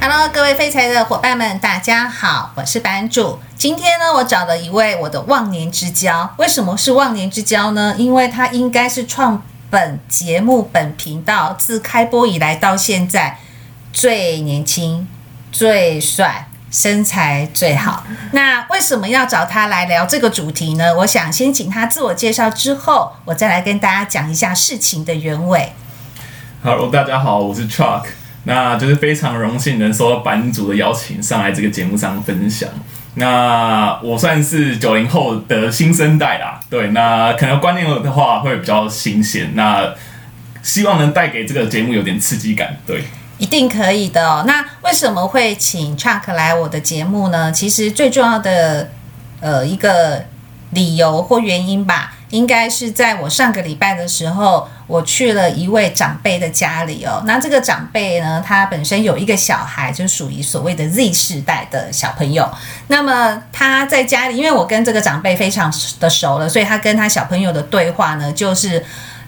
Hello，各位废柴的伙伴们，大家好，我是版主。今天呢，我找了一位我的忘年之交。为什么是忘年之交呢？因为他应该是创本节目、本频道自开播以来到现在最年轻、最帅、身材最好。那为什么要找他来聊这个主题呢？我想先请他自我介绍，之后我再来跟大家讲一下事情的原委。 Hello，大家好，我是 Chuck。那就是非常荣幸能收到版主的邀请上来这个节目上分享。那我算是九零后的新生代啦，对，那可能观念的话会比较新鲜，那希望能带给这个节目有点刺激感，对。一定可以的哦。那为什么会请 Chuck 来我的节目呢？其实最重要的呃一个理由或原因吧，应该是在我上个礼拜的时候，我去了一位长辈的家里哦。那这个长辈呢，他本身有一个小孩，就属于所谓的 Z 世代的小朋友。那么他在家里，因为我跟这个长辈非常的熟了，所以他跟他小朋友的对话呢，就是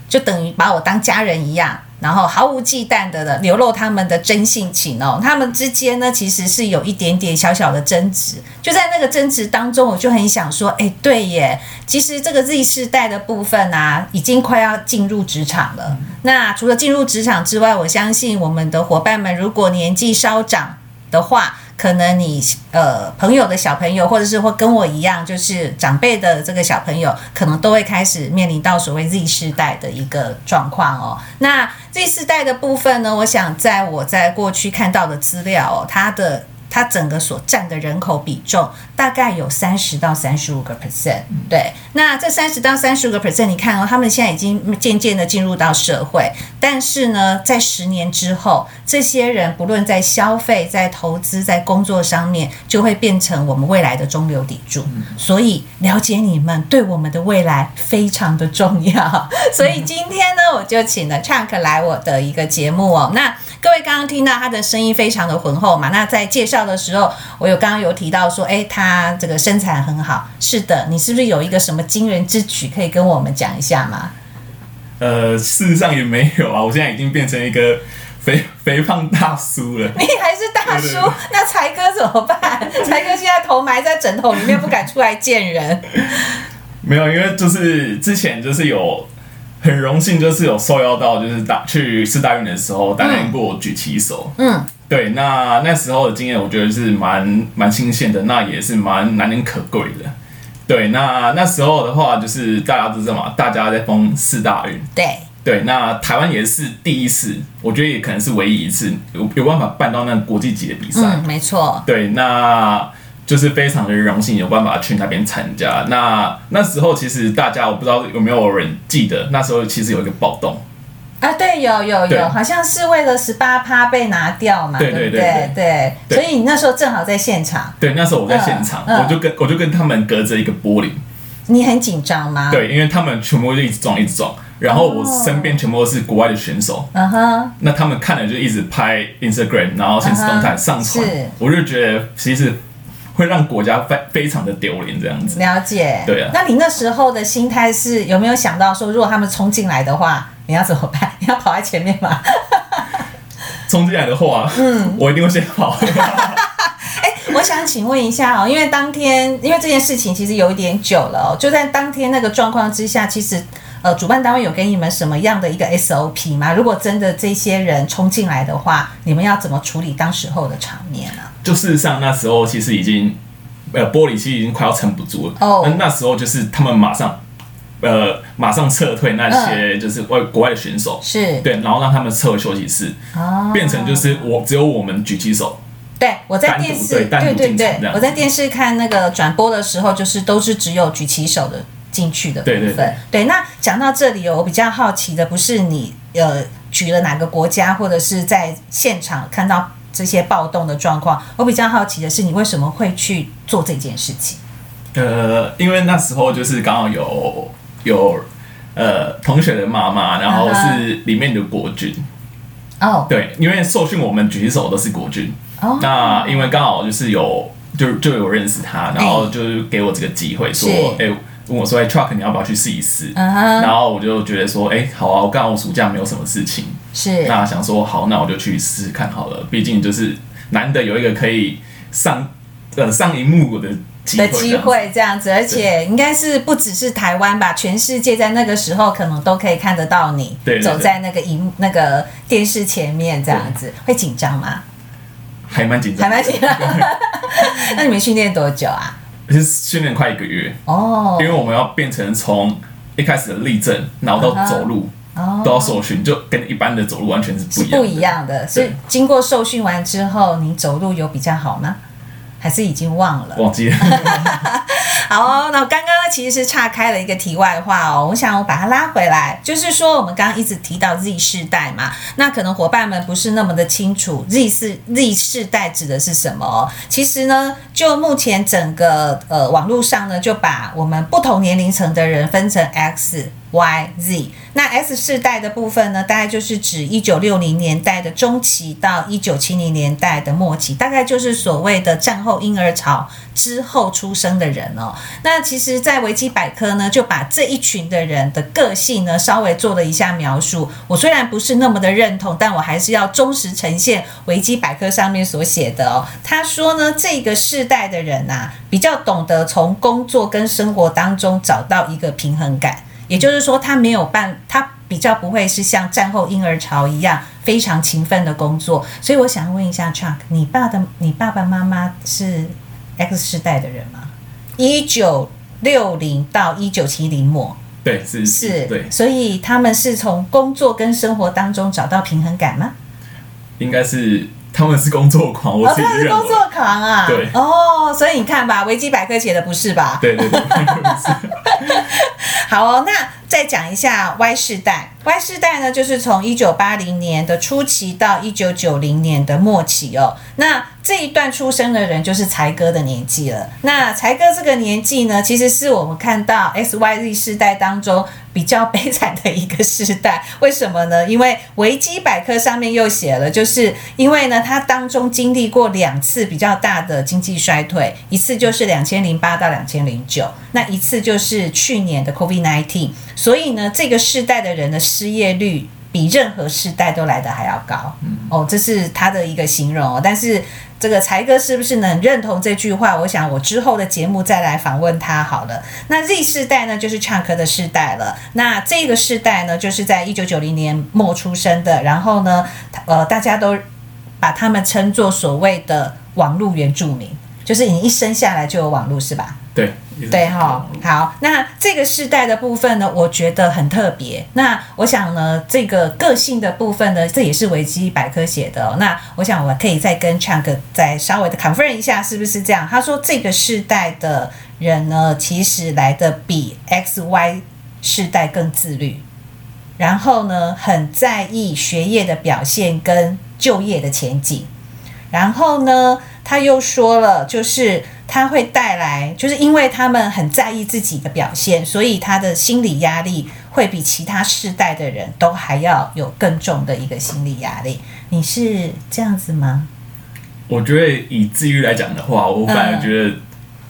就等于把我当家人一样。然后毫无忌惮的的流露他们的真性情哦，他们之间呢其实是有一点点小小的争执，就在那个争执当中，我就很想说，哎，对耶，其实这个 Z 世代的部分啊，已经快要进入职场了。那除了进入职场之外，我相信我们的伙伴们，如果年纪稍长的话，可能你呃朋友的小朋友，或者是或跟我一样，就是长辈的这个小朋友，可能都会开始面临到所谓 Z 世代的一个状况哦。那 Z 世代的部分呢，我想在我在过去看到的资料、哦，它的它整个所占的人口比重大概有三十到三十五个 percent。对，那这三十到三十五个 percent，你看哦，他们现在已经渐渐的进入到社会，但是呢，在十年之后，这些人不论在消费、在投资、在工作上面，就会变成我们未来的中流砥柱。所以，了解你们对我们的未来非常的重要。 所以今天呢，我就请了 Chuck 来我的一个节目哦。那各位刚刚听到他的声音非常的浑厚嘛，那在介绍的时候，我有刚刚有提到说，哎，他这个身材很好。是的，你是不是有一个什么惊人之举可以跟我们讲一下 吗？呃，事实上也没有啊，我现在已经变成一个肥肥胖大叔了。你还是大叔，对对对那才哥怎么办？才哥现在头埋在枕头里面，不敢出来见人。没有，因为就是之前就是有很荣幸，就是有受邀到就是大去四大运的时候担任过举旗手。嗯，对，那那时候的经验我觉得是蛮蛮新鲜的，那也是蛮难能可贵的。对，那那时候的话，就是大家都知道嘛，大家在封四大运。对，对，那台湾也是第一次，我觉得也可能是唯一一次有有办法办到那个国际级的比赛。嗯，没错，对，那就是非常的荣幸有办法去那边参加。那那时候其实大家我不知道有没有人记得，那时候其实有一个暴动，啊，对，有有对有，好像是为了十八趴被拿掉嘛，对不对对对对，对所以你那时候正好在现场，对，那时候我在现场，嗯嗯嗯我就跟我就跟他们隔着一个玻璃，你很紧张吗？，对，因为他们全部就一直撞一直撞，然后我身边全部都是国外的选手，嗯哼，那他们看了就一直拍 Instagram，然后现实动态嗯哼上传是，我就觉得其实会让国家非非常的丢脸这样子。了解。对啊那你那时候的心态是有没有想到说，如果他们冲进来的话，你要怎么办？ 你要跑在前面吗？ 冲进来的话，嗯，我一定会先跑。我想请问一下哦，因为当天因为这件事情其实有一点久了、哦，就在当天那个状况之下，其实呃，主办单位有给你们什么样的一个 SOP 吗？如果真的这些人冲进来的话，你们要怎么处理当时候的场面啊呢、就事实上那时候其实已经，呃，玻璃器已经快要撑不住了。哦那那时候就是他们马上，呃，马上撤退那些嗯就是外、国外的选手，是，对，然后让他们撤回休息室，哦变成就是我只有我们举起手，对，我在单独电视对单独对进场这对样，子我在电视看那个转播的时候，就是都是只有举起手的进去的部分。对对对那讲到这里哦，我比较好奇的不是你呃举了哪个国家，或者是在现场看到这些暴动的状况，我比较好奇的是你为什么会去做这件事情？呃，因为那时候就是刚好有有呃同学的妈妈，然后啊哈是里面的国军，哦对，因为受训我们举起手都是国军，哦，那因为刚好就是有就就有认识他，然后就是给我这个机会说，哎、哎是问我说，哎、t r u c k 你要不要去试一试？嗯哼，然后我就觉得说，哎、好啊，我刚好暑假没有什么事情，是那想说好，那我就去试试看好了，毕竟就是难得有一个可以上呃上荧幕的机的会，啊机会这样子，而且应该是不只是台湾吧，全世界在那个时候可能都可以看得到你对对对走在那个荧幕那个电视前面这样子，会紧张吗？还蛮紧张，还蛮紧张。 那你们训练多久啊？而且训练快一个月，哦因为我们要变成从一开始的立正，然后到走路、都哦，要受训，就跟一般的走路完全是不是一样不的。一样的。所以经过受训完之后，你走路有比较好吗？还是已经忘了？忘记了，好哦、那我刚刚呢其实是岔开了一个题外话哦，我想我把它拉回来，就是说我们刚刚一直提到 Z 世代嘛，那可能伙伴们不是那么的清楚 Z 世 Z 世代指的是什么哦、其实呢，就目前整个呃网络上呢，就把我们不同年龄层的人分成 X。Y、Z，那 S 世代的部分呢，大概就是指一九六零年代的中期到一九七零年代的末期，大概就是所谓的战后婴儿潮之后出生的人哦。那其实，在维基百科呢，就把这一群的人的个性呢，稍微做了一下描述。我虽然不是那么的认同，但我还是要忠实呈现维基百科上面所写的哦。他说呢，这个世代的人啊，比较懂得从工作跟生活当中找到一个平衡感，也就是说，他没有办他。比较不会是像战后婴儿潮一样非常勤奋的工作，所以我想问一下 Chuck，你爸的你爸爸妈妈是 X 世代的人吗？一九六零到一九七零末对，是是，嗯对，所以他们是从工作跟生活当中找到平衡感吗？应该是他们是工作狂，我哦，自己他是认工为，作狂啊，对哦，所以你看吧，维基百科写的不是吧？对对对， 好哦，那再讲一下 Y 世代。Y 世代呢，就是从一九八零年的初期到一九九零年的末期哦。那这一段出生的人就是才哥的年纪了。那才哥这个年纪呢，其实是我们看到 S Y Z 世代当中比较悲惨的一个世代。为什么呢？因为维基百科上面又写了，就是因为呢，他当中经历过两次比较大的经济衰退，一次就是两千零八到两千零九，那一次就是去年的 COVID nineteen。所以呢，这个世代的人的失业率。比任何世代都来得还要高，哦，这是他的一个形容哦。但是这个才哥是不是能认同这句话？我想我之后的节目再来访问他好了。那 Z 世代呢，就是唱歌的世代了。那这个世代呢，就是在一九九零年末出生的，然后呢，呃，大家都把他们称作所谓的网络原住民，就是你一生下来就有网络，是吧？对对哈、好，那这个世代的部分呢，我觉得很特别。那我想呢，这个个性的部分呢，这也是维基百科写的、哦。那我想我可以再跟 Chang 再稍微的 confirm 一下，是不是这样？他说这个世代的人呢，其实来的比 X Y 世代更自律，然后呢，很在意学业的表现跟就业的前景。然后呢，他又说了，就是他会带来，就是因为他们很在意自己的表现，所以他的心理压力会比其他世代的人都还要有更重的一个心理压力。你是这样子吗？我觉得以自愈来讲的话，我反而嗯觉得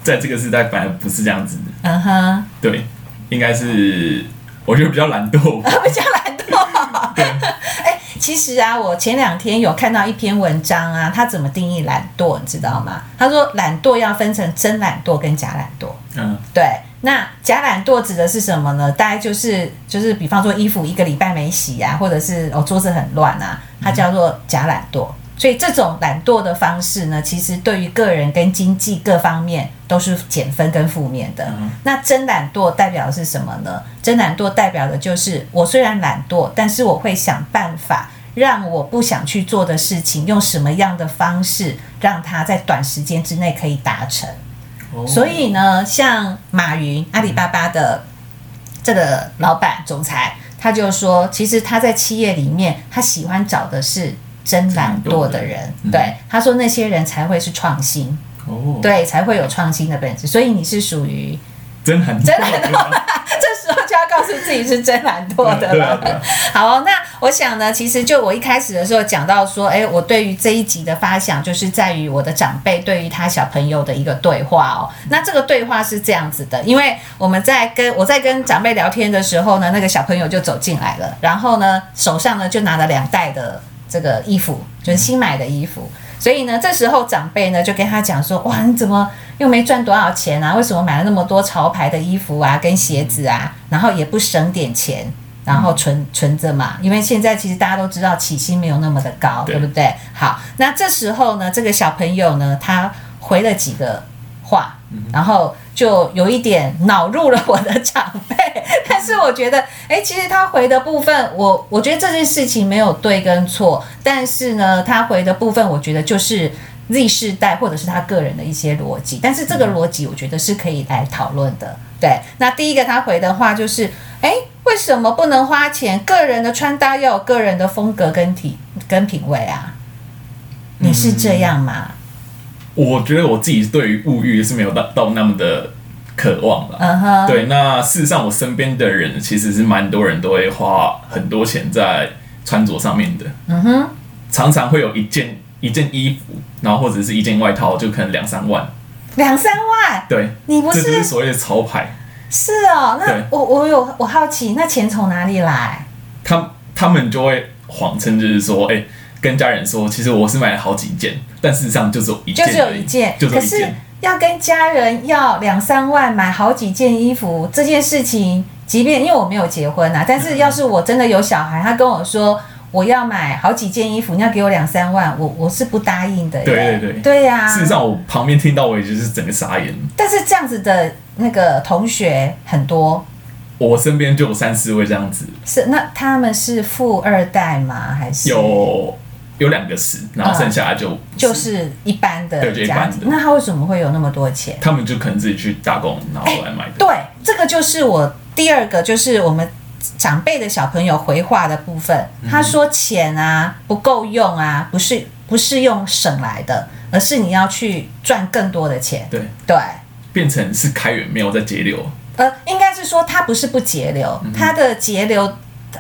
在这个时代反而不是这样子的，嗯哼，对，应该是我觉得比较懒 惰，比较懒惰。哎，其实啊，我前两天有看到一篇文章啊，他怎么定义懒惰，你知道吗？他说懒惰要分成真懒惰跟假懒惰。嗯，对，那假懒惰指的是什么呢？大概就是就是，比方说衣服一个礼拜没洗啊，或者是哦桌子很乱啊，它叫做假懒惰。所以这种懒惰的方式呢，其实对于个人跟经济各方面都是减分跟负面的。嗯那真懒惰代表的是什么呢？真懒惰代表的就是我虽然懒惰，但是我会想办法让我不想去做的事情，用什么样的方式让它在短时间之内可以达成。哦所以呢，像马云，阿里巴巴的这个老板总裁，他就说，其实他在企业里面，他喜欢找的是真懒惰的人。嗯对，他说那些人才会是创新，哦，，对，才会有创新的本质。所以你是属于 真懒惰，真懒惰，这时候就要告诉自己是真懒惰的对啊 了。对啊， 好，那我想呢，其实就我一开始的时候讲到说，哎，我对于这一集的发想，就是在于我的长辈对于他小朋友的一个对话哦。那这个对话是这样子的，因为我们在跟我在跟长辈聊天的时候呢，那个小朋友就走进来了，然后呢，手上呢就拿了两袋的这个衣服，就是新买的衣服。所以呢，这时候长辈呢就跟他讲说：“哇，你怎么又没赚多少钱啊？为什么买了那么多潮牌的衣服啊，跟鞋子啊，然后也不省点钱，然后存存着嘛？因为现在其实大家都知道起薪没有那么的高，对对不对？好，那这时候呢，这个小朋友呢，他回了几个话，然后就有一点恼入了我的长辈。 但是我觉得，哎，其实他回的部分，我我觉得这件事情没有对跟错，但是呢，他回的部分，我觉得就是 Z 世代或者是他个人的一些逻辑，但是这个逻辑我觉得是可以来讨论的。对，那第一个他回的话就是，哎，为什么不能花钱？个人的穿搭要有个人的风格跟体跟品味啊，你是这样吗？我觉得我自己对于物欲是没有到到那么的渴望了。嗯哼，对，那事实上我身边的人其实是蛮多人都会花很多钱在穿着上面的。嗯哼。常常会有一件一件衣服，然后或者是一件外套，就可能两三万。两三万，对，你不这是就是所谓的潮牌。是哦？那对我我有我好奇，那钱从哪里来？他他们就会谎称，就是说，哎、跟家人说，其实我是买了好几件，但事实上就只有一就件只而已，有一件，就只有可一是件。要跟家人要两三万买好几件衣服这件事情，即便因为我没有结婚啊，嗯但是要是我真的有小孩，他跟我说。我要买好几件衣服，你要给我两三万，我我是不答应的耶。对对对对呀、事实上，我旁边听到我也就是整个傻眼。但是这样子的那个同学很多，我身边就有三四位这样子，是那他们是富二代吗？还是有有两个十，然后剩下的就、嗯就是一般的对就一家般的庭，那他为什么会有那么多钱？他们就可能自己去打工，然后来买的。对，这个就是我第二个，就是我们长辈的小朋友回话的部分。他说钱啊不够用啊，不是不是用省来的，而是你要去赚更多的钱。对，对，变成是开源没有在节流。呃，应该是说他不是不节流，嗯他的节流，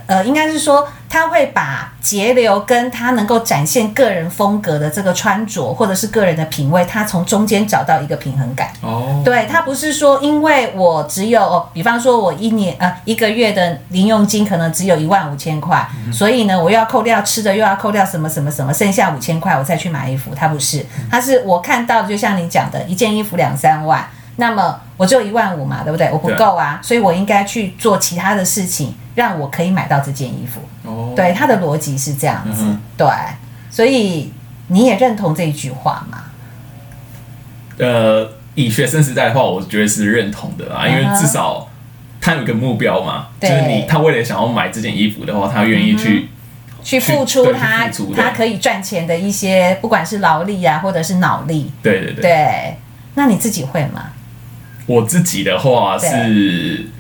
呃，应该是说他会把节流跟他能够展现个人风格的这个穿着，或者是个人的品味，他从中间找到一个平衡感。哦，对他不是说，因为我只有，哦比方说我一年呃一个月的零用金可能只有一万五千块，嗯所以呢，我又要扣掉吃的，又要扣掉什么什么什么，剩下五千块我再去买衣服。他不是，他是我看到的，就像你讲的，一件衣服两三万，那么我只有一万五嘛，对不对？我不对够啊，所以我应该去做其他的事情，让我可以买到这件衣服。哦，对，他的逻辑是这样子，嗯哼对，所以你也认同这一句话吗？呃，以学生时代的话，我觉得是认同的啦，因为嗯哼至少他有一个目标嘛，就对嗯是你他为了想要买这件衣服的话，他愿意去，去付去出对他去付出对他可以赚钱的一些，不管是劳力啊，或者是脑力。对对对。对，那你自己会吗？我自己的话对是，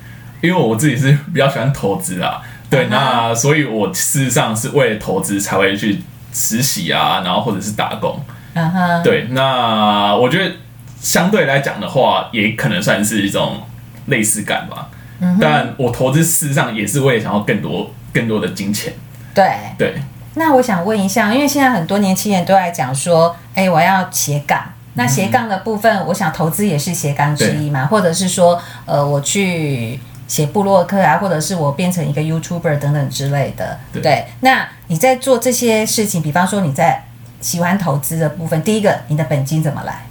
因为我自己是比较喜欢投资啦，对，嗯哼那所以我事实上是为了投资才会去实习啊，然后或者是打工，嗯哼，对，那我觉得相对来讲的话，也可能算是一种类似感吧，嗯哼，但我投资事实上也是为了想要更多更多的金钱，对。对。那我想问一下，因为现在很多年轻人都在讲说，哎，我要斜杠。那斜杠的部分，我想投资也是斜杠之一嗯嘛，或者是说，呃，我去写部落客啊，或者是我变成一个 YouTuber 等等之类的。对那你在做这些事情，比方说你在喜欢投资的部分，第一个，你的本金怎么来？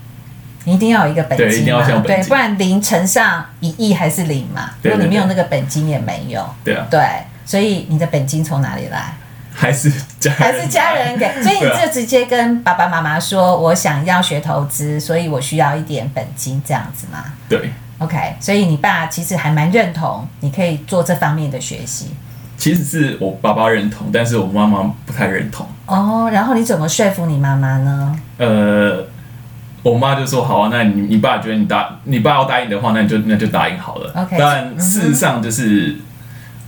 你一定要有一个本对一金定要嘛，先有本对，金不然零乘上一亿还是零嘛。对如果你对没有对那个本金，也没有。对啊，对，所以你的本金从哪里来？还是家人 啊还是家人给，所以你就直接跟爸爸妈妈说，我想要学投资，所以我需要一点本金这样子嘛。对。 OK，所以你爸其实还蛮认同你可以做这方面的学习其实是我爸爸认同，但是我妈妈不太认同。哦。然后你怎么说服你妈妈呢？呃，我妈就说：“好啊，那你你爸觉得你答你爸要答应的话，那你就那就答应好了。 OK，嗯但事实上就是，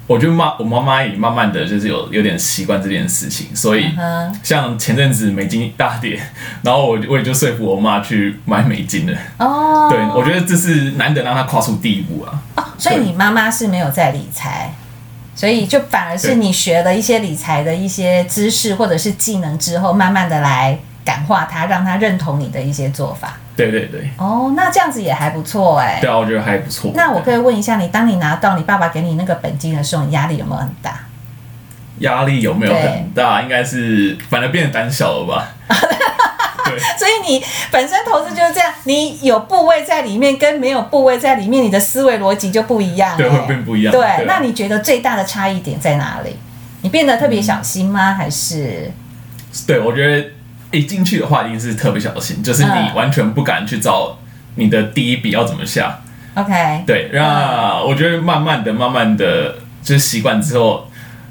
我觉得妈我妈妈也慢慢的就是有有点习惯这件事情，所以嗯哼，像前阵子美金大跌，然后我我也就说服我妈去买美金了。哦，对，我觉得这是难得让她跨出第一步啊。哦，所以你妈妈是没有在理财，所以就反而是对你学了一些理财的一些知识或者是技能之后，慢慢的来感化她，让她认同你的一些做法。对对对，哦，那这样子也还不错哎、对啊，我觉得还不错。那我可以问一下你，当你拿到你爸爸给你那个本金的时候，你压力有没有很大？压力有没有对很大？应该是反而变得胆小了吧？对，所以你本身投资就是这样，你有部位在里面跟没有部位在里面，你的思维逻辑就不一样、欸。对会变不一样对，对啊那你觉得最大的差异点在哪里？你变得特别小心吗？还是对，我觉得一进去的话，一定是特别小心，就是你嗯完全不敢去找你的第一笔要怎么下。 OK？对，那我觉得慢慢的、慢慢的，就是习惯之后，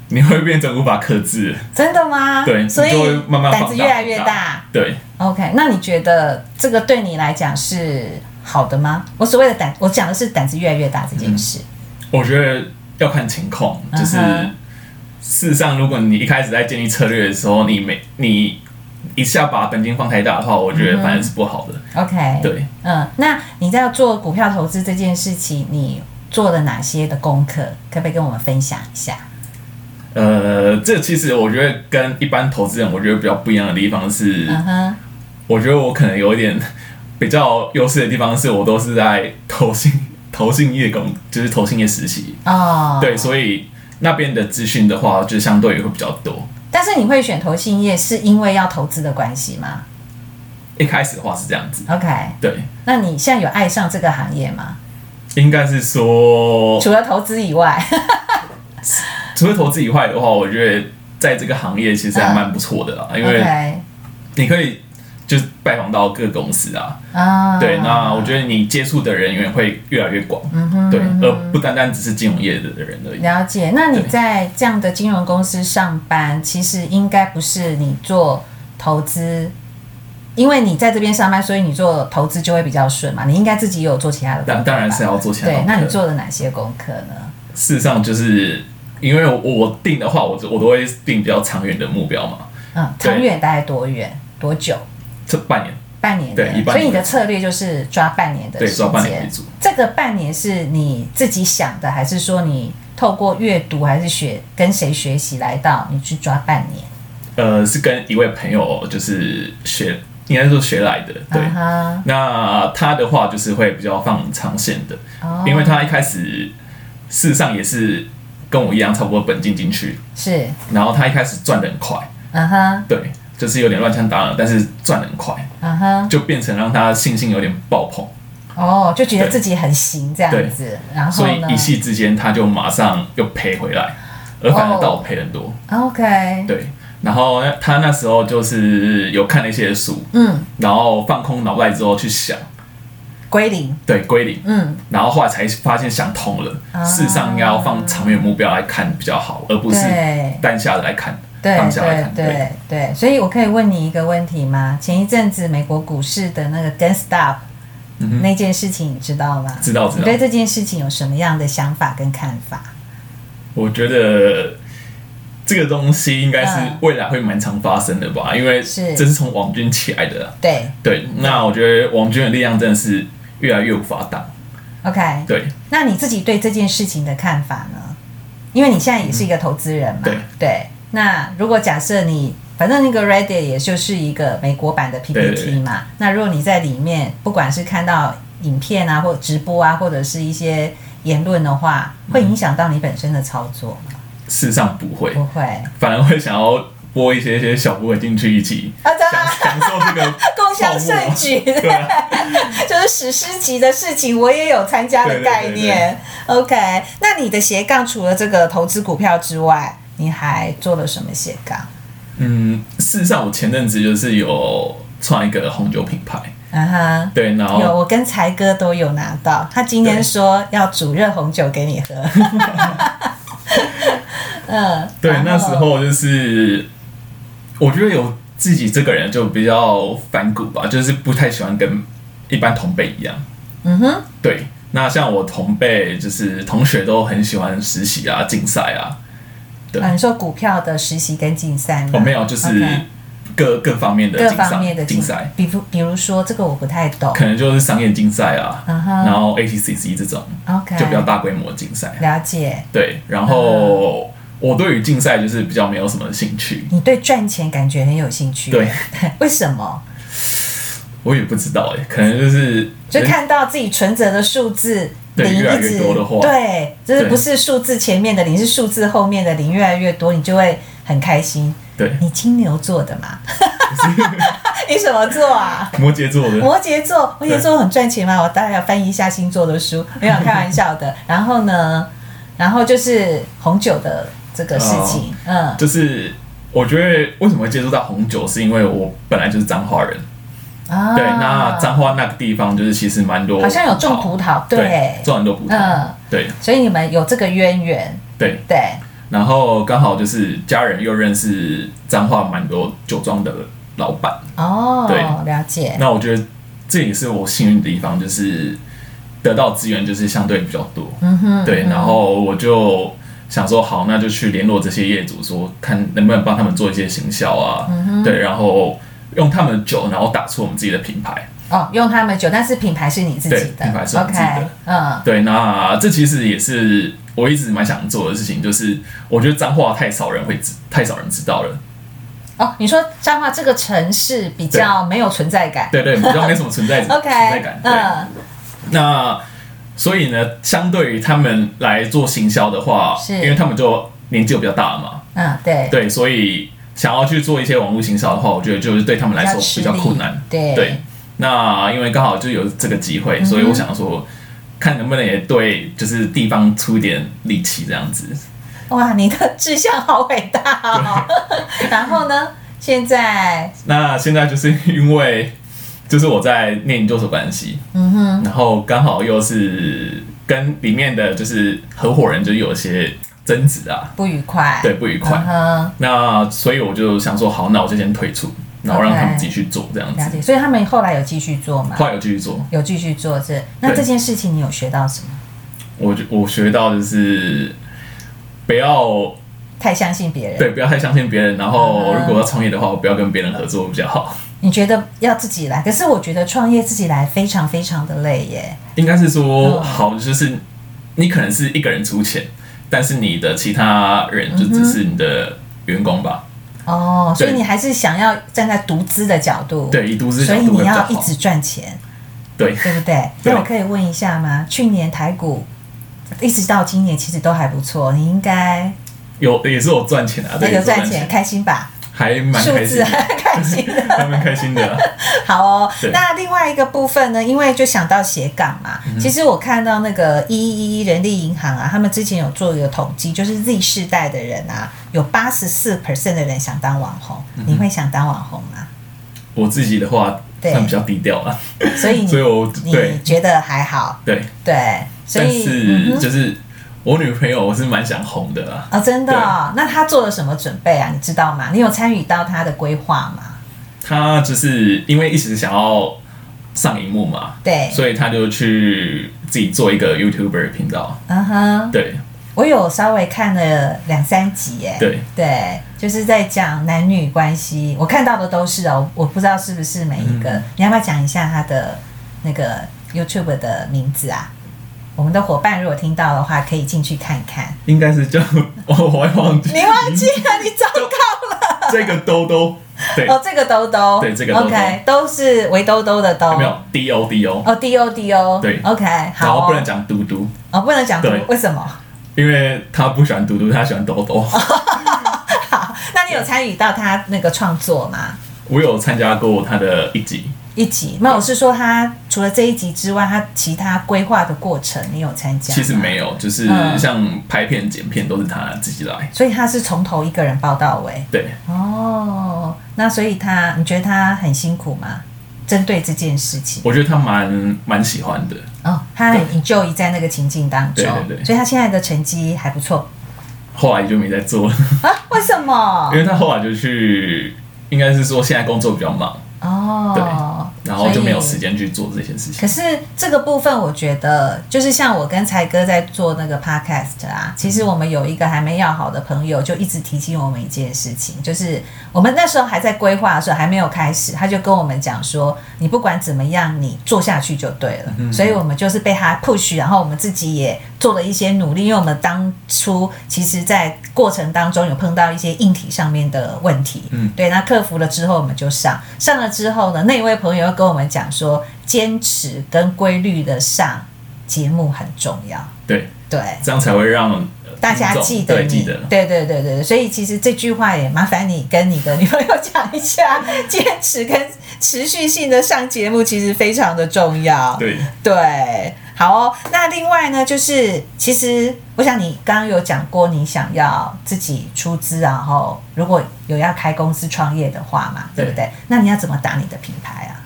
你会变成无法克制。真的吗？对，你所以就会慢慢胆放子越来越放大。对， OK，那你觉得这个对你来讲是好的吗？我所谓的胆，我讲的是胆子越来越大这件事。我觉得要看情况，就是、嗯哼事实上，如果你一开始在建立策略的时候，你没你一下把本金放太大的话，我觉得反而是不好的。 OK，，对，嗯，那你在做股票投资这件事情，你做了哪些的功课？可不可以跟我们分享一下？呃，这其实我觉得跟一般投资人，我觉得比较不一样的地方是，嗯哼，我觉得我可能有一点比较优势的地方是我都是在投信 投信业工，就是投信业实习，哦，对，所以那边的资讯的话，就相对也会比较多。但是你会选投信业，是因为要投资的关系吗一开始的话是这样子， ？OK，对，那你现在有爱上这个行业吗？应该是说除了投资以外，除了投资以外的话，我觉得在这个行业其实还蛮不错的啦，因为 OK，你可以就是拜访到各公司啊，啊，对，那我觉得你接触的人员会越来越广，嗯对，而不单单只是金融业的人而已。了解，那你对在这样的金融公司上班，其实应该不是你做投资，因为你在这边上班，所以你做投资就会比较顺嘛。你应该自己也有做其他的功课当当然是吧要做起来。对。那你做了哪些功课呢？事实上就是因为我我定的话，我我都会定比较长远的目标嘛，嗯，对长远大概多远？多久？这半年半年对的，以半年所以你的策略就是抓半年的对时抓半年间为。主。这个半年是你自己想的，还是说你透过阅读，还是学跟谁学习来到你去抓半年？呃，是跟一位朋友就是学，应该是说学来的，对。嗯哼那他的话就是会比较放长线的，哦因为他一开始事实上也是跟我一样差不多本金进去，是，然后他一开始赚的很快，嗯哼，对，就是有点乱枪打鸟，但是赚的很快，嗯哼。就变成让他信心有点爆棚，哦，就觉得自己很行这对样子，然后所以呢一夕之间他就马上又赔回来，而反而倒赔很多，哦？OK，对。然后他那时候就是有看了一些书，嗯，然后放空脑袋之后去想，归零，对归零，嗯，然后后来才发现想通了，啊事实上应该要放长远目标来看比较好，而不是对当下的来看，对当下来对看。对，对对，所以我可以问你一个问题吗？前一阵子美国股市的那个 GameStop 那件事情，你知道吗？嗯知道知你道对。这件事情有什么样的想法跟看法？我觉得这个东西应该是嗯未来会蛮常发生的吧，因为是这是从网军起来的啊。对对，那我觉得网军的力量真的是越来越无法挡。 ，OK，对，那你自己对这件事情的看法呢？因为你现在也是一个投资人嘛，嗯对那如果假设你反正那个 Reddit 也就是一个美国版的对对 PPT 对嘛，那如果你在里面，不管是看到影片啊，或直播啊，或者是一些言论的话，会影响到你本身的操作吗？事实上不会，不会啊，反而会想要拨一些些小部分进去 一起真的享啊享受这个共襄泡盛沫举，对啊 就是史诗级的事情，我也有参加的概念。OK，那你的斜杠除了这个投资股票之外，你还做了什么斜杠？嗯，事实上我前阵子就是有创一个红酒品牌，嗯哼。对，然有，后我跟才哥都有拿到。他今天说要煮热红酒给你喝。嗯，对然后那时候就是我觉得有自己这个人就比较反骨吧，就是不太喜欢跟一般同辈一样。嗯哼，对，那像我同辈就是同学都很喜欢实习啊、竞赛啊，对啊，你说股票的实习跟竞赛吗？我、没有就是 OK 各各方面的各竞方面赛的竞赛，，比如比如说这个我不太懂。可能就是商业竞赛啊，嗯哼嗯然后 ATCC 这种 OK，就比较大规模的竞赛。了解。对，然后我对于竞赛就是比较没有什么兴趣。你对赚钱感觉很有兴趣，对， 为什么？我也不知道哎、可能就是就看到自己存折的数字对零越来越一直多的话对，就是对不是数字前面的零，是数字后面的零越来越多，你就会很开心。对 你金牛座的嘛，你什么座啊？摩羯座的，摩羯座，摩羯座很赚钱吗？我当然要翻译一下星座的书，没有开玩笑 的。然后呢，然后就是红酒的这个事情，哦嗯，就是我觉得为什么会接触到红酒，是因为我本来就是彰化人，啊，对，那彰化那个地方就是其实蛮多，好像有种葡萄，对，种很多葡萄，嗯对所以你们有这个渊源，对，对，然后刚好就是家人又认识彰化蛮多酒庄的老板，哦，对了解，那我觉得这也是我幸运的地方，就是得到资源就是相对比较多，嗯哼，对，然后我就想说，好，那就去联络这些业主说，看能不能帮他们做一些行销啊，嗯对，然后用他们的酒，然后打出我们自己的品牌。哦，用他们酒，但是品牌是你自己的，对品牌是我自己的 OK，嗯，对，那这其实也是我一直蛮想做的事情，就是我觉得脏话太少人会知，太少人知道了，哦，你说彰化这个城市比较没有存在感对对，比较没什么 存在，OK，存在感，对。嗯，那所以呢，相对于他们来做行销的话，是因为他们就年纪又比较大了嘛，嗯，对，对，所以想要去做一些网络行销的话，我觉得就是对他们来说比较困难。比较吃力对那因为刚好就有这个机会，所以我想说，看能不能也对就是地方出一点力气这样子。哇，你的志向好伟大哦。 然后呢，现在那现在就是因为就是我在念研究所关系，嗯哼，然后刚好又是跟里面的就是合伙人就有一些争执啊，不愉快， 对，不愉快。嗯哼，那所以我就想说，好，那我就先退出，然后让他们自己去做这样嗯了子。解。所以他们后来有继续做吗？后来有继续做，有继续做这，那对这件事情你有学到什么？我就我学到就是不要太相信别人，对不要太相信别人，然后嗯如果要创业的话，我不要跟别人合作比较好。你觉得要自己来，可是我觉得创业自己来非常非常的累耶。应该是说，嗯好就是你可能是一个人出钱，但是你的其他人就只是你的员工吧。哦，所以对你还是想要站在独资的角度，，对，以独资所角以度你会比较要一好。直赚钱，对，对不对？对那我可以问一下吗？去年台股一直到今年其实都还不错，你应该有也是有赚钱啊，对，有也是有赚钱，，开心吧？还蛮数开心字啊的，还开心的。还蛮开心的啊。好哦对，那另外一个部分呢，因为就想到斜杠嘛，嗯其实我看到那个一一一人力银行啊，他们之前有做一个统计，就是 Z 世代的人啊，有八十四 percent 的人想当网红，嗯你会想当网红吗？我自己的话对算比较低调了，所以所你以我对你觉得还好，对，对，所但以是嗯哼就是我女朋友我是蛮想红的啦。哦，真的哦，那他做了什么准备啊？你知道吗？你有参与到他的规划吗？她就是因为一直想要上荧幕嘛，对，所以她就去自己做一个 YouTuber 频道。嗯哼，对我有稍微看了两三集耶，对，对，就是在讲男女关系，我看到的都是哦，我不知道是不是每一个。嗯你要不要讲一下他的那个 YouTube 的名字啊？我们的伙伴如果听到的话，可以进去看一看。应该是叫 我我会 忘记你忘记了？你糟糕了！这个兜兜，对，哦，这个兜兜，对这个兜兜 o k 都是围兜兜的兜，有没有 D O D O？哦，D O D O，对，OK，然好、后哦，不能，讲嘟嘟，哦，不能讲，对为什么？ 因为她不喜欢嘟嘟，她喜欢兜兜。哦好，那你有参与到他那个创作吗？ 我有参加过她的一集，一集，那我是说他除了这一集之外，他其他规划的过程你有参加？其实，没有，就是嗯像拍片、剪片都是她自己来。所以他是从头一个人报到尾。对，哦，那所以他，你觉得他很辛苦吗？针对这件事情，我觉得她蛮蛮喜欢的。哦，他很 enjoy 在那个情境当中，对对对所以他现在的成绩还不错后来就没再做了，啊？为什么因？为她后来就去，应该是说现在工作比较忙，哦，然后就没有时所以间去做这些事情。可是这个部分，我觉得就是像我跟才哥在做那个 podcast 啊，其实我们有一个还没要好的朋友，就一直提醒我们一件事情，就是我们那时候还在规划的时候，还没有开始，他就跟我们讲说，你不管怎么样，你做下去就对了。所以我们就是被他 push，然后我们自己也做了一些努力，因为我们当初其实在过程当中有碰到一些硬体上面的问题，嗯对，那克服了之后我们就上，上了之后呢，那一位朋友又跟我们讲说，坚持跟规律的上节目很重要。对，对，这样才会让呃大家听众记得对你，记得。对对对对对所以其实这句话也麻烦你跟你的女朋友讲一下，坚持跟持续性的上节目其实非常的重要。对，对，好哦。那另外呢，就是其实我想你刚刚有讲过，你想要自己出资，然后如果有要开公司创业的话嘛，对不对？那你要怎么打你的品牌啊？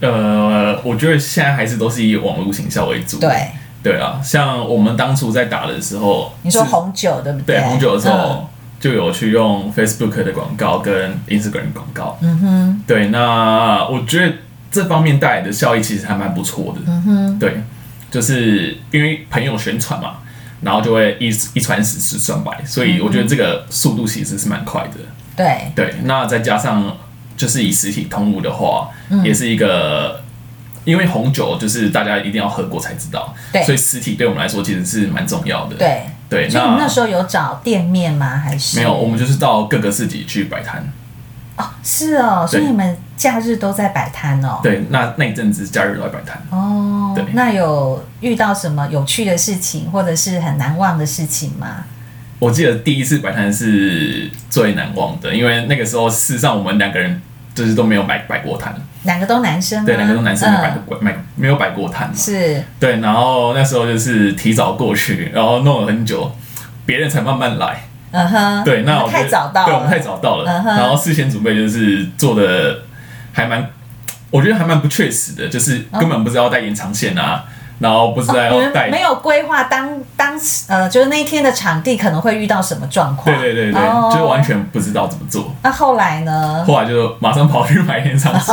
呃，我觉得现在还是都是以网络行销为主。对，对啊，像我们当初在打的时候，你说是红酒对不对红酒的时候、嗯就有去用 Facebook 的广告跟 Instagram 广告。嗯哼，对，那我觉得这方面带来的效益其实还蛮不错的。嗯哼，对，就是因为朋友宣传嘛，然后就会一一传十，十传百，所以我觉得这个速度其实是蛮快的。对，对，那再加上就是以实体通路的话，嗯也是一个，因为红酒就是大家一定要喝过才知道，对所以实体对我们来说其实是蛮重要的。对。对，所以你那那时候有找店面吗？还是没有，我们就是到各个市集去摆摊。哦，是哦，所以你们假日都在摆摊哦。对，那那一阵子假日都在摆摊。哦对，那有遇到什么有趣的事情，或者是很难忘的事情吗？我记得第一次摆摊是最难忘的，因为那个时候事实上我们两个人就是都没有摆摆过摊，两个都男生吗？对，两个都男生没摆嗯、过摆、没有摆过摊嘛。是对，然后那时候就是提早过去，然后弄了很久，别人才慢慢来。嗯哼，对，那我太觉得早到了，对，我们太早到了。嗯哼然后事前准备就是做的还蛮，我觉得还蛮不确实的，就是根本不知道带延长线啊，然后不知道哦，你要带们没有规划当当时呃，就是那一天的场地可能会遇到什么状况？对对对对，哦嗯就完。全不知道怎么做。那后来呢？后来就马上跑去买延长线。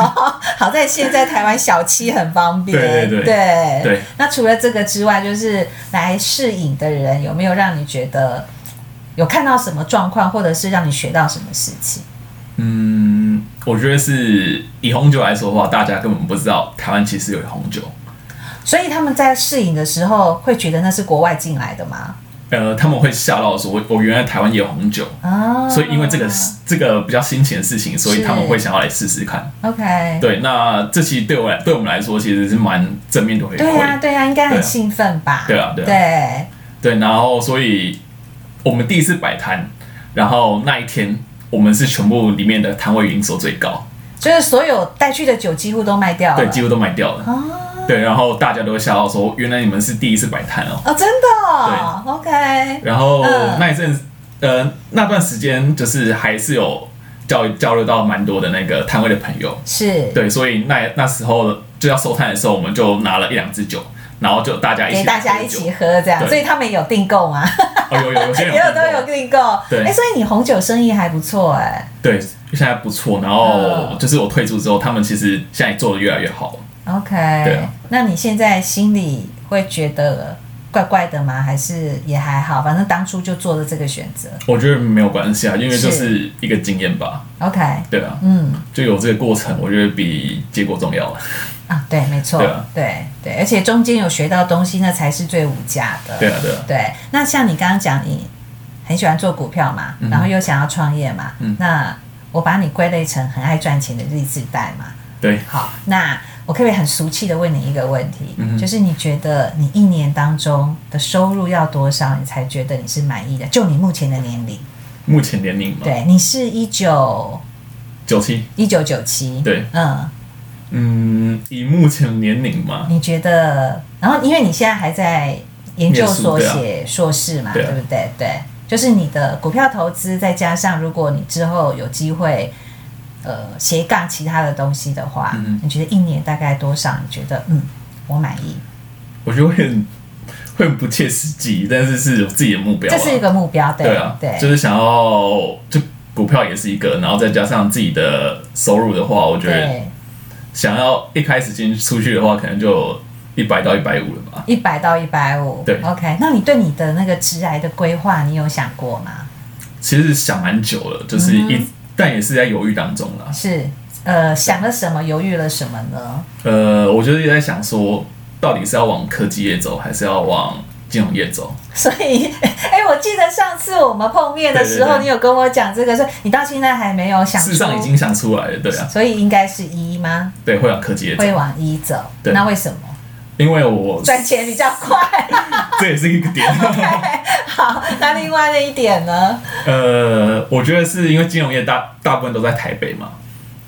好在现在台湾小七很方便，对对对对对那除了这个之外，就是来试饮的人有没有让你觉得有看到什么状况，或者是让你学到什么事情？嗯，我觉得是以红酒来说的话，大家根本不知道台湾其实有红酒。所以他们在试饮的时候会觉得那是国外进来的吗？呃，他们会吓到说，我我原来台湾也有红酒，啊，所以因为这个这个比较新奇的事情，所以他们会想要来试试看。 OK，对，那这其实对我来对我们来说其实是蛮正面的回馈。对呀、啊、对呀、啊，应该对很啊兴奋吧？对啊对啊对对然后所以我们第一次摆摊，然后那一天我们是全部里面的摊位营收最高，就是所有带去的酒几乎都卖掉了。对，几乎都卖掉了。啊，对，然后大家都会吓到说，原来你们是第一次摆摊哦。哦，真的、哦、，OK，然后嗯那一阵，呃，那段时间就是还是有交交流到蛮多的那个摊位的朋友，是对，所以那那时候就要收摊的时候，我们就拿了一两支酒，然后就大家一起给大家一起喝这样，对所以他们有订购吗？喝酒，哦，有有有些人也 有都订购有订购。对哎，所以你红酒生意还不错哎。对，现在不错。然后嗯就是我退出之后，他们其实现在做的越来越好了。 OK，对啊那你现在心里会觉得怪怪的吗？还是也还好？反正当初就做了这个选择。我觉得没有关系啊，因为就是是一个经验吧， OK，对啊，嗯。就有这个过程，我觉得比结果重要了。啊，对，没错，对啊对对而且中间有学到东西，那才是最无价的。对啊，对啊。对那像你刚刚讲，你很喜欢做股票嘛，然后又想要创业嘛，嗯那我把你归类成很爱赚钱的励志贷嘛。对，好，那我可不可以很俗气的问你一个问题，嗯哼就是你觉得你一年当中的收入要多少，你才觉得你是满意的？就你目前的年龄，目前年龄嘛，对，你是一九九七，一九九七，对，嗯，嗯，以目前年龄嘛，你觉得，然后因为你现在还在研究所念书啊写硕士嘛，对啊对不对？对，就是你的股票投资，再加上如果你之后有机会，呃，斜杠其他的东西的话，嗯你觉得一年大概多少？你觉得嗯，我满意，我觉得会很会很不切实际，但是是有自己的目标这啊。是一个目标，对对啊，对就是想要就股票也是一个，然后再加上自己的收入的话，我觉得对，想要一开始进出去的话，可能就一百到一百五了吧。一百到一百五，对，OK。那你对你的那个职涯的规划，你有想过吗？其实想蛮久了，就是嗯一、但也是在犹豫当中啦。是，呃，想了什么，犹豫了什么呢？呃，我就是一直在想说，到底是要往科技业走，还是要往金融业走？ 所以，哎、我记得上次我们碰面的时候，对对对你有跟我讲这个，说你到现在还没有想出，事实上已经想出来了，对啊，所以应该是一吗？对，会往科技业走。会往一走，对那为什么？因 为我赚钱比较快。 这也是一个点。 好，那另外那一点呢？呃，我觉得是因为金融业大大部分都在台北嘛，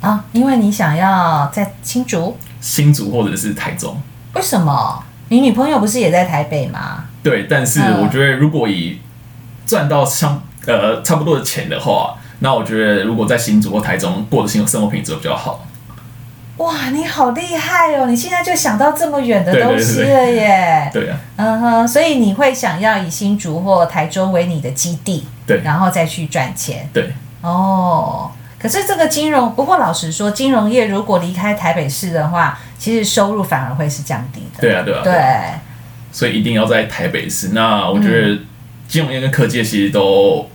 啊，因为你想要在新竹，新竹或者是台中。为什么？你女朋友不是也在台北吗？对，但是嗯我觉得如果以赚到相呃差不多的钱的话，那我觉得如果在新竹或台中过的生生活品质会比较好。哇，你好厉害哦！你现在就想到这么远的对对东对西对了耶。对啊，嗯哼，所以你会想要以新竹或台中为你的基地，对然后再去赚钱。对，哦，可是这个金融，不过老实说，金融业如果离开台北市的话，其实收入反而会是降低的。对啊，对啊，对，所以一定要在台北市。那我觉嗯得金融业跟科技业其实都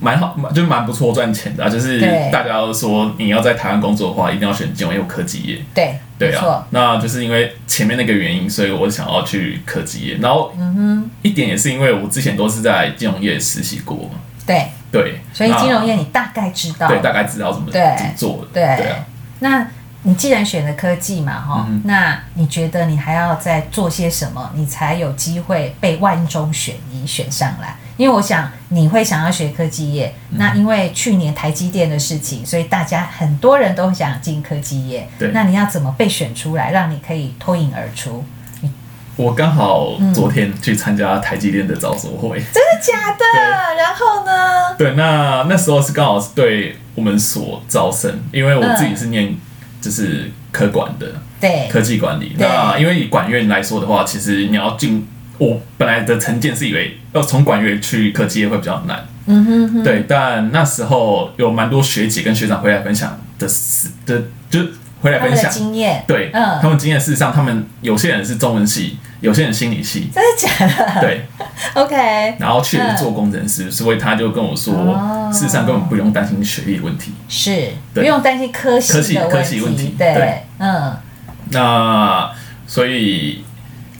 蛮好，蛮就蛮不错赚钱的、啊。就是对大家都说你要在台湾工作的话，一定要选金融业或科技业。对，对没错啊，，那就是因为前面那个原因，所以我想要去科技业。然后，嗯一点也是因为我之前都是在金融业实习过嘛，对，对，所以那金融业你大概知道。对大概知道怎么怎对么做的，对对啊。那你既然选了科技嘛，哈、嗯那你觉得你还要再做些什么，你才有机会被万中选一选上来？因为我想你会想要学科技业，嗯那因为去年台积电的事情，所以大家很多人都想进科技业。对那你要怎么被选出来，让你可以脱颖而出？我刚好嗯昨天去参加台积电的招收会，真的假的？对然后呢？对，那那时候是刚好是对我们所招生，因为我自己是念就是科管的嗯对科技管理。对那因为以管院来说的话，其实你要进我本来的成见是以为要从管院去科技业会比较难，嗯哼对。但那时候有蛮多学姐跟学长回来分享的事的，就是回来他分们的享，经验，对，嗯他们经验事实上，他们有些人是中文系，有些人心理系，真的假的对。 ？OK，然后去年是做工程师，所以他就跟我说，哦事实上根本不用担心学历问题。是不对用担心科科系系的科系问题对对，嗯。那所以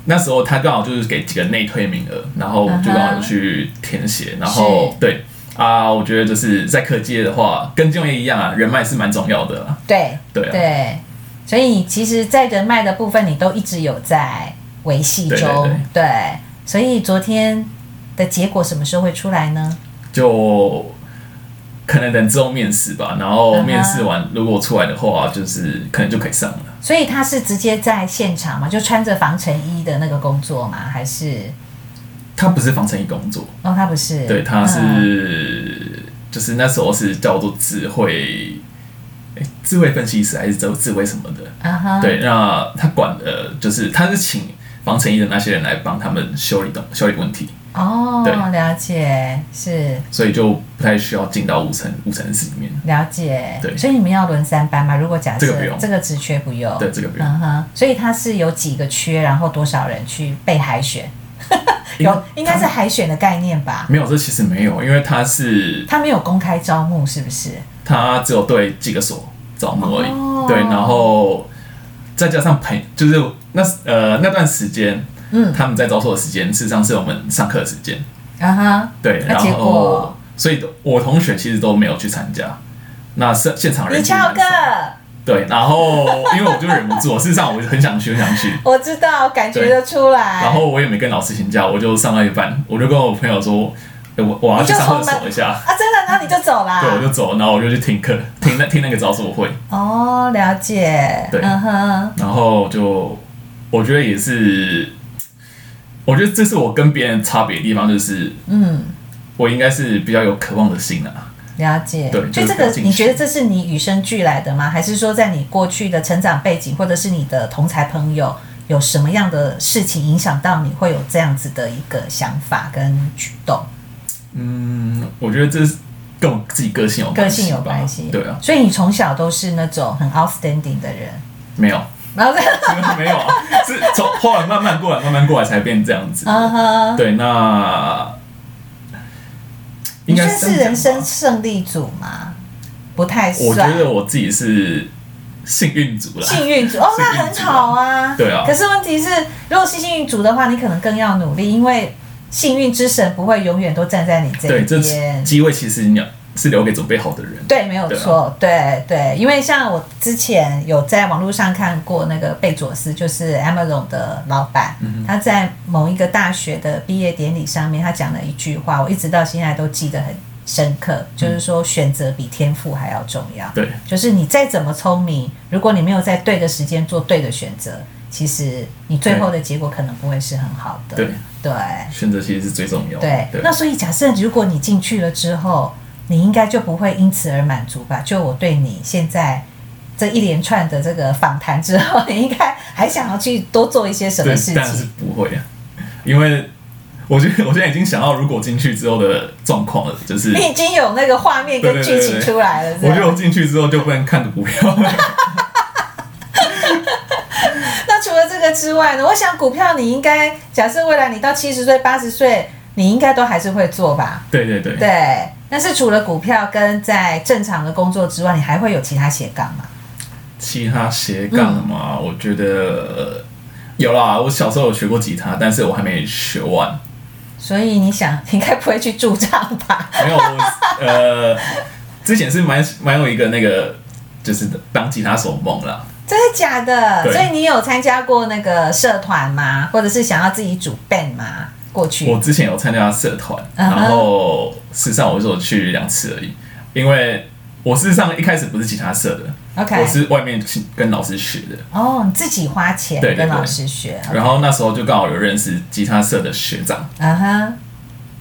那时候他刚好就是给几个内推名额，然后我就刚好有去填写，然后对啊，我觉得就是在科技业的话，跟金融业一样啊，人脉是蛮重要的啊、对对啊对，所以你其实，在人脉的部分，你都一直有在维系中，对对对所以昨天的结果什么时候会出来呢？就。可能等之后面试吧，然后嗯哼面试完如果出来的话，就是可能就可以上了。所以他是直接在现场嘛，就穿着防尘衣的那个工作嘛，还是？他不是防尘衣工作，哦，他不是，对，他嗯是、就是那时候是叫做智慧，诶智慧分析师还是叫智慧什么的，啊哈，对，那他管的就是他是请防尘衣的那些人来帮他们修理东修理问题，哦对，了解，是所以就不太需要进到五层五层室里面。了解，对所以你们要轮三班嘛？如果假设这个不用职缺不用，对，这个不用，嗯哼，所以他是有几个缺，然后多少人去被海选？因为有，应该是海选的概念吧？没有，这其实没有，因为他是他没有公开招募，是不是？他只有对几个所招募而已，哦对，然后再加上朋，就是那呃那段时间，嗯他们在招收的时间，事实上是我们上课的时间，啊哈，对，那然结后果所以我同学其实都没有去参加，那现现场人你其实翘蛮课少，对，然因为我就忍不住， 事实上我很想去，很想去，我知道，感觉得出来。然后我也没跟老师请假，我就上到一半，我就跟我朋友说，欸我我要去上厕所一下，啊，真的，然后你就走啦？对，我就走，然后我就去听课，听那听那个招数会，哦，了解。对嗯哼，然后就我觉得也是，我觉得这是我跟别人差别的地方，就是嗯，我应该是比较有渴望的心啊，了解。对所以就是这个比较进取你觉得这是你与生俱来的吗？还是说在你过去的成长背景，或者是你的同才朋友有什么样的事情影响到你会有这样子的一个想法跟举动？嗯，我觉得这是跟我自己个性有个关系性吧有关系，对啊，所以你从小都是那种很 outstanding 的人，没有， 然后没有啊，是从后来慢慢过来，慢慢过来才变这样子，啊哈，对，那你应该算是这是样讲吧人生胜利组吗？不太算，我觉得我自己是幸运组啦，幸运组哦，那很好啊，对啊可是问题是，如果是幸运组的话，你可能更要努力，因为幸运之神不会永远都站在你这对，一这边。机会其实你要是留给准备好的人。对，没有错，啊对对，因为像我之前有在网络上看过那个贝佐斯，就是 Amazon 的老板，嗯他在某一个大学的毕业典礼上面，他讲了一句话，我一直到现在都记得很深刻，就是说选择比天赋还要重要。对，就是你再怎么聪明，如果你没有在对的时间做对的选择，其实你最后的结果可能不会是很好的。对对选择其实是最重要的。对对，那所以假设如果你进去了之后，你应该就不会因此而满足吧？就我对你现在这一连串的这个访谈之后，你应该还想要去多做一些什么对事当然是情？不会啊，因为我觉得 我现在已经想到如果进去之后的状况了，就是你已经有那个画面跟对对剧对情对出来了，是吧我觉得我进去之后就不能看股票了。 那除了这个之外呢？我想股票你应该假设未来你到七十岁、八十岁，你应该都还是会做吧？对对对，对。但是除了股票跟在正常的工作之外，你还会有其他斜杠吗？其他斜杠嘛，嗯我觉得有啦。我小时候有学过吉他，但是我还没学完。所以你想，你应该不会去驻唱吧？没有，我 呃，之前是蛮蛮有一个那个，就是当吉他手梦啦。真的假的？对所以你有参加过那个社团吗？或者是想要自己组 band 吗？过去我之前有参加社团，嗯然哼后事实上我只有去两次而已，因为我事实上一开始不是吉他社的 OK 我是外面去跟老师学的。哦，你自己花钱对对跟对老师学，然后那时候就刚好有认识吉他社的学长，嗯哼，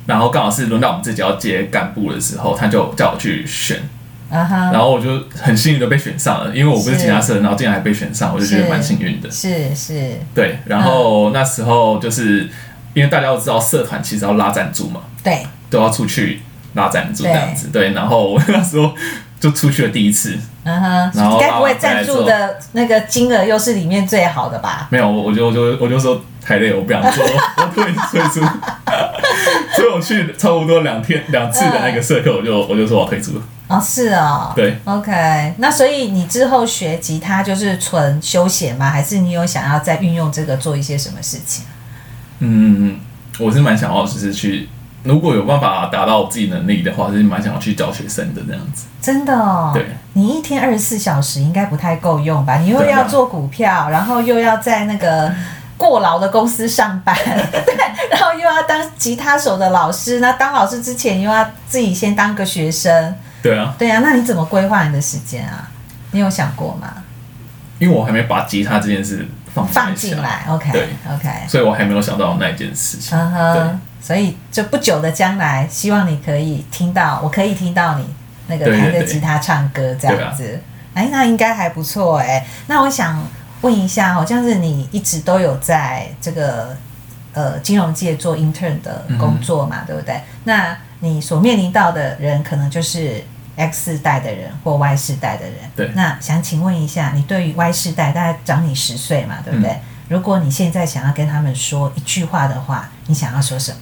然后刚好是轮到我们自己要接干部的时候，他就叫我去选，嗯哼，然后我就很幸运的被选上了，因为我不是是吉他社的，然后竟然还被选上，我就觉得是蛮幸运的。是是，对，然后那时候就是因为大家都知道社团其实要拉赞助嘛，对，都要出去拉赞助对这样子。对，然后我那时候就出去了第一次，嗯然哼，后该不会赞助的那个金额又是里面最好的吧？没有，我我就我就我就说太累，我不想做，我退退出。 所以我去差不多两天两次的那个社课，我就我就说我退出了。哦，是哦，对，OK，那所以你之后学吉他就是纯休闲吗？还是你有想要再运用这个做一些什么事情？嗯，我是蛮想要就是去，如果有办法达到我自己能力的话，是蛮想要去教学生的这样子。真的哦，对，你一天二十四小时应该不太够用吧？你又对啊要做股票，然后又要在那 个过劳的公司上班，对，然后又要当吉他手的老师，那当老师之前又要自己先当个学生，对啊，对啊，那你怎么规划你的时间啊？你有想过吗？因为我还没把吉他这件哦事放放下进，来，OK，对 OK，所以我还没有想到那一件事情。嗯对哼，所以就不久的将来，希望你可以听到，我可以听到你那个对对啊弹着对吉他唱歌这样子。哎，那应该还不错哎。那我想问一下，好像是你一直都有在这个呃金融界做 intern 的工作嘛，对不对？那你所面临到的人，可能就是 X 世代的人或 Y 世代的人。对那想请问一下，你对于 Y 世代，大概长你十岁嘛，对不对？如果你现在想要跟他们说一句话的话，你想要说什么？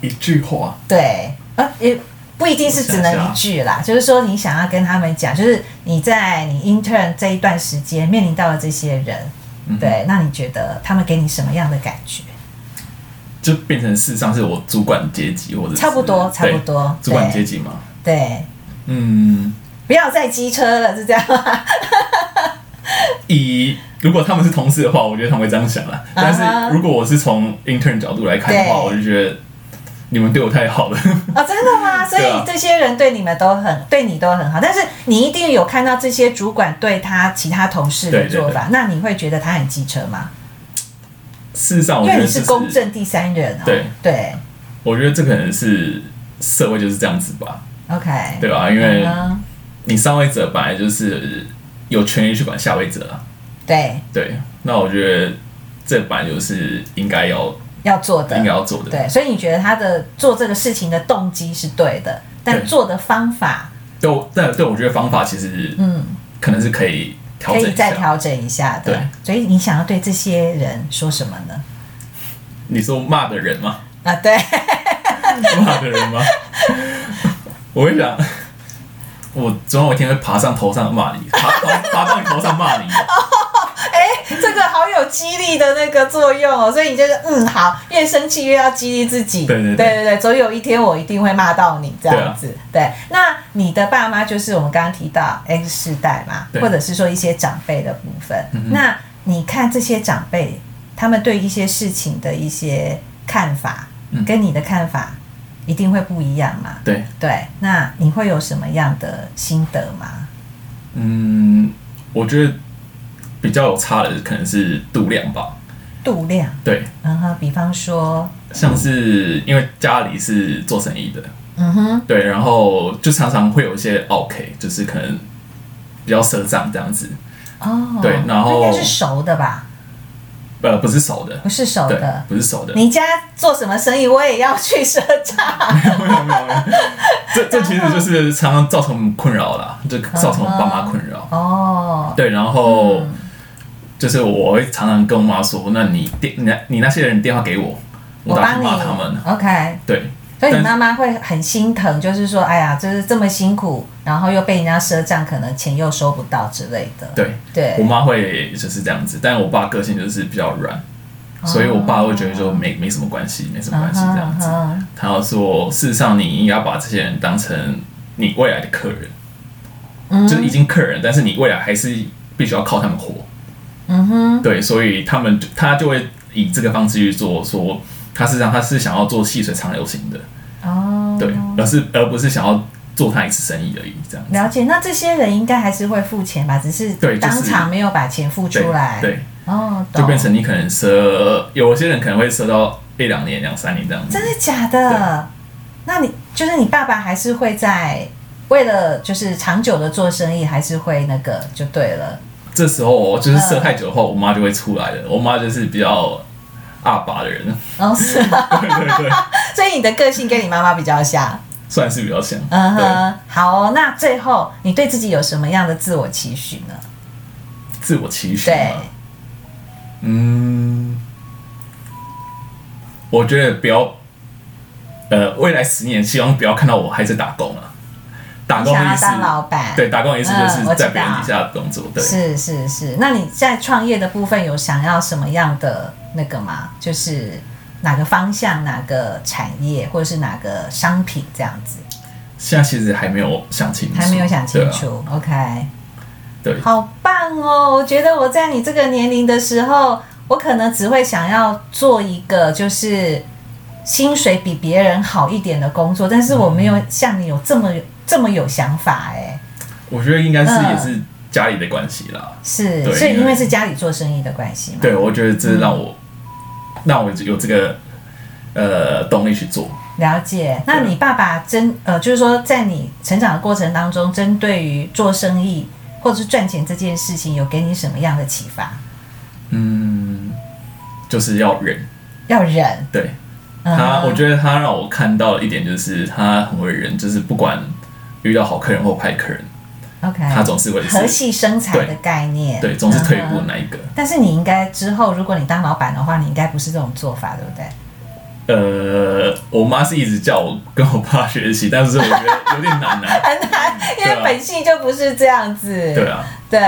一句话，对，呃，也不一定是只能一句啊啦，就是说你想要跟他们讲，就是你在你 intern 这一段时间面临到的这些人，嗯对，那你觉得他们给你什么样的感觉？就变成事实上是我主管阶级或者是差不多，差不对多，主管阶级嘛。对，对，嗯，不要再机车了，是这样 吗？以如果他们是同事的话，我觉得他们会这样想啦。但是如果我是从 intern 角度来看的话，啊对我就觉得你们对我太好了。 哦，真的吗？所以对啊这些人对你们都很，对你都很好，但是你一定有看到这些主管对他其他同事的对对做法，那你会觉得他很机车吗？事实上，我因觉为得你这是公，正第三人哦。对对我觉得这可能是社会就是这样子吧， ，OK，对吧？因为嗯哼你上位者本来就是有权利去管下位者啊。对对，那我觉得这本来就是应该要要做的应该要做的。对，所以你觉得他的做这个事情的动机是对的，但对做的方法对我，但对我觉得方法其实，嗯，可能是可以调可整以一再下。调整一下的。对所以你想要对这些人说什么呢？你说骂的人吗？ 啊，对，骂的人吗？ 我会想，我总有一天会爬上头上骂你，爬爬爬到你头上骂你。 这个好有有激励的那个作用哦，所以你就是嗯好，越生气越要激励自己。对对对对对总有一天我一定会骂到你这对样啊子。对,、那你的爸妈就是我们刚刚提到 X 世代嘛，对嗯或者是说一些长辈的部分。那你看这些长辈，他们对一些事情的一些看法，嗯跟你的看法一定会不一样嘛？对，对，那你会有什么样的心得吗？嗯，我觉得比较有差的可能是度量吧。度量，对，然后比方说，像是因为家里是做生意的，嗯哼，对，然后就常常会有一些 OK，就是可能比较赊账这样子，哦，对然后那应该是熟的吧？呃，不是熟的不，是熟对的，。不是熟的，你家做什么生意，我也要去赊账。 没有没有没有，这这其实就是常常造成我们困扰啦，就造成我爸妈困扰。哦，对，然后就是我会常常跟我妈说，那你电你那你那些人电话给我，我打去帮骂他们你。。OK，对所以你但是妈妈会很心疼，就是说，哎呀，就是这么辛苦，然后又被人家赊账，可能钱又收不到之类的。对，对，我妈会就是这样子，但我爸个性就是比较软，所以我爸会觉得就没没什么关系，没什么关系这样子。嗯哼他要说，事实上你应该把这些人当成你未来的客人，嗯就是已经客人，但是你未来还是必须要靠他们活。嗯哼，对，所以他们就他就会以这个方式去做，说他事实上他是想要做细水长流型的，哦，对，而是而不是想要做他一次生意而已，这样子。了解，那这些人应该还是会付钱吧，只是对就是当场没有把钱付对出来。对，哦，懂就变成你可能赊，有些人可能会赊到一两年、两三年这样子真。的假的？那你就是你爸爸还是会在为了就是长久的做生意，还是会那个就对了。这时候嗯就是赊太久的话，我妈就会出来了。我妈就是比较阿爸的人， 哦，是啊， 所以你的个性跟你妈妈比较像。算是比较像。嗯对，哼，好哦。那最后你对自己有什么样的自我期许呢？自我期许嘛。对，嗯，我觉得不要，呃，未来十年希望不要看到我还在打工啊。打工你的想意要思，当老板？对，，打工的意思嗯就是我知在别人道底下工作。对，是是是。那你在创业的部分有想要什么样的那个吗？就是哪个方向、哪个产业，或者是哪个商品这样子？现在其实还没有想清楚，还没有想清对啊楚。OK，对好棒哦！我觉得我在你这个年龄的时候，我可能只会想要做一个就是薪水比别人好一点的工作，但是我没有像你有这么嗯这么有想法哎、我觉得应该是嗯也是家里的关系啦。是，对所以因为因为是家里做生意的关系嘛。对，我觉得这让我、让我有这个呃动力去做。了解。啊那你爸爸针呃，就是说在你成长的过程当中，针对于做生意或者是赚钱这件事情，有给你什么样的启发？嗯，就是要忍。要忍。对嗯他，我觉得他让我看到一点就是他很会忍，就是不管遇到好客人或坏客人， OK，他总是会哎和是系生财的概念，对，总是退一步嗯哼那一个。但是你应该之后，如果你当老板的话，你应该不是这种做法，对不 对？嗯呃，我妈是一直叫我跟我爸学习，但是我觉得有点 难啊。很难，因对为啊本性就不是这样子。对啊，对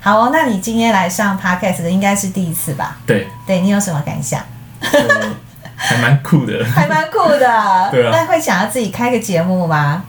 好哦。那你今天来上 podcast 的应该是第一次吧？对，对你有什么感想？ 就还蛮酷的。还蛮酷的。 对啊那会想要自己开个节目吗？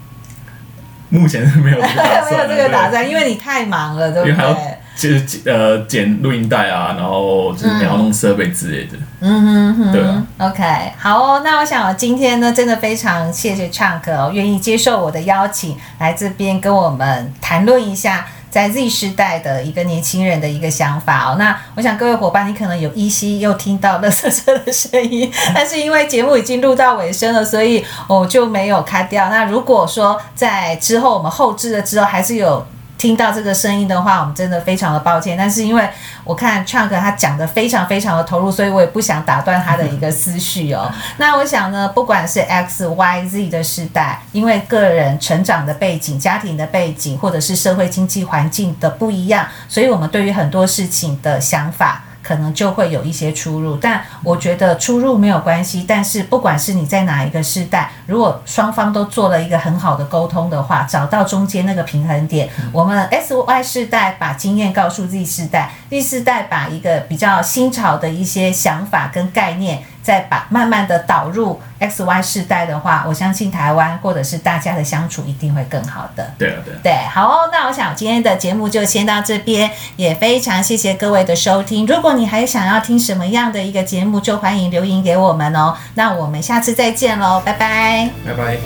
目前是没有这个打算 啊，没有这个打对算，因为你太忙了，对因为不还要对？就是呃剪录音带啊，然后就是你要弄设备之类的。嗯嗯哼哼，对啊 OK，好哦。那我想我今天呢，真的非常谢谢 Chunk 哦，愿意接受我的邀请，来这边跟我们谈论一下。在 Z 时代的一个年轻人的一个想法哦，那我想各位伙伴，你可能有依稀又听到乐色车的声音，但是因为节目已经录到尾声了，所以我就没有卡掉。那如果说在之后我们后置了之后，还是有听到这个声音的话，我们真的非常的抱歉。但是因为我看 Chunk 他讲的非常非常的投入，所以我也不想打断他的一个思绪哦。那我想呢，不管是 X、Y、Z 的时代，因为个人成长的背景、家庭的背景，或者是社会经济环境的不一样，所以我们对于很多事情的想法。可能就会有一些出入。但我觉得出入没有关系，但是不管是你在哪一个世代，如果双方都做了一个很好的沟通的话，找到中间那个平衡点，我们 S Y 世代把经验告诉 Z 世代，Z 世代把一个比较新潮的一些想法跟概念。再把慢慢的导入 X Y 世代的话，我相信台湾或者是大家的相处一定会更好的。对啊，对啊，对，好哦，那我想今天的节目就先到这边，也非常谢谢各位的收听。如果你还想要听什么样的一个节目，就欢迎留言给我们哦。那我们下次再见喽，拜拜。拜拜。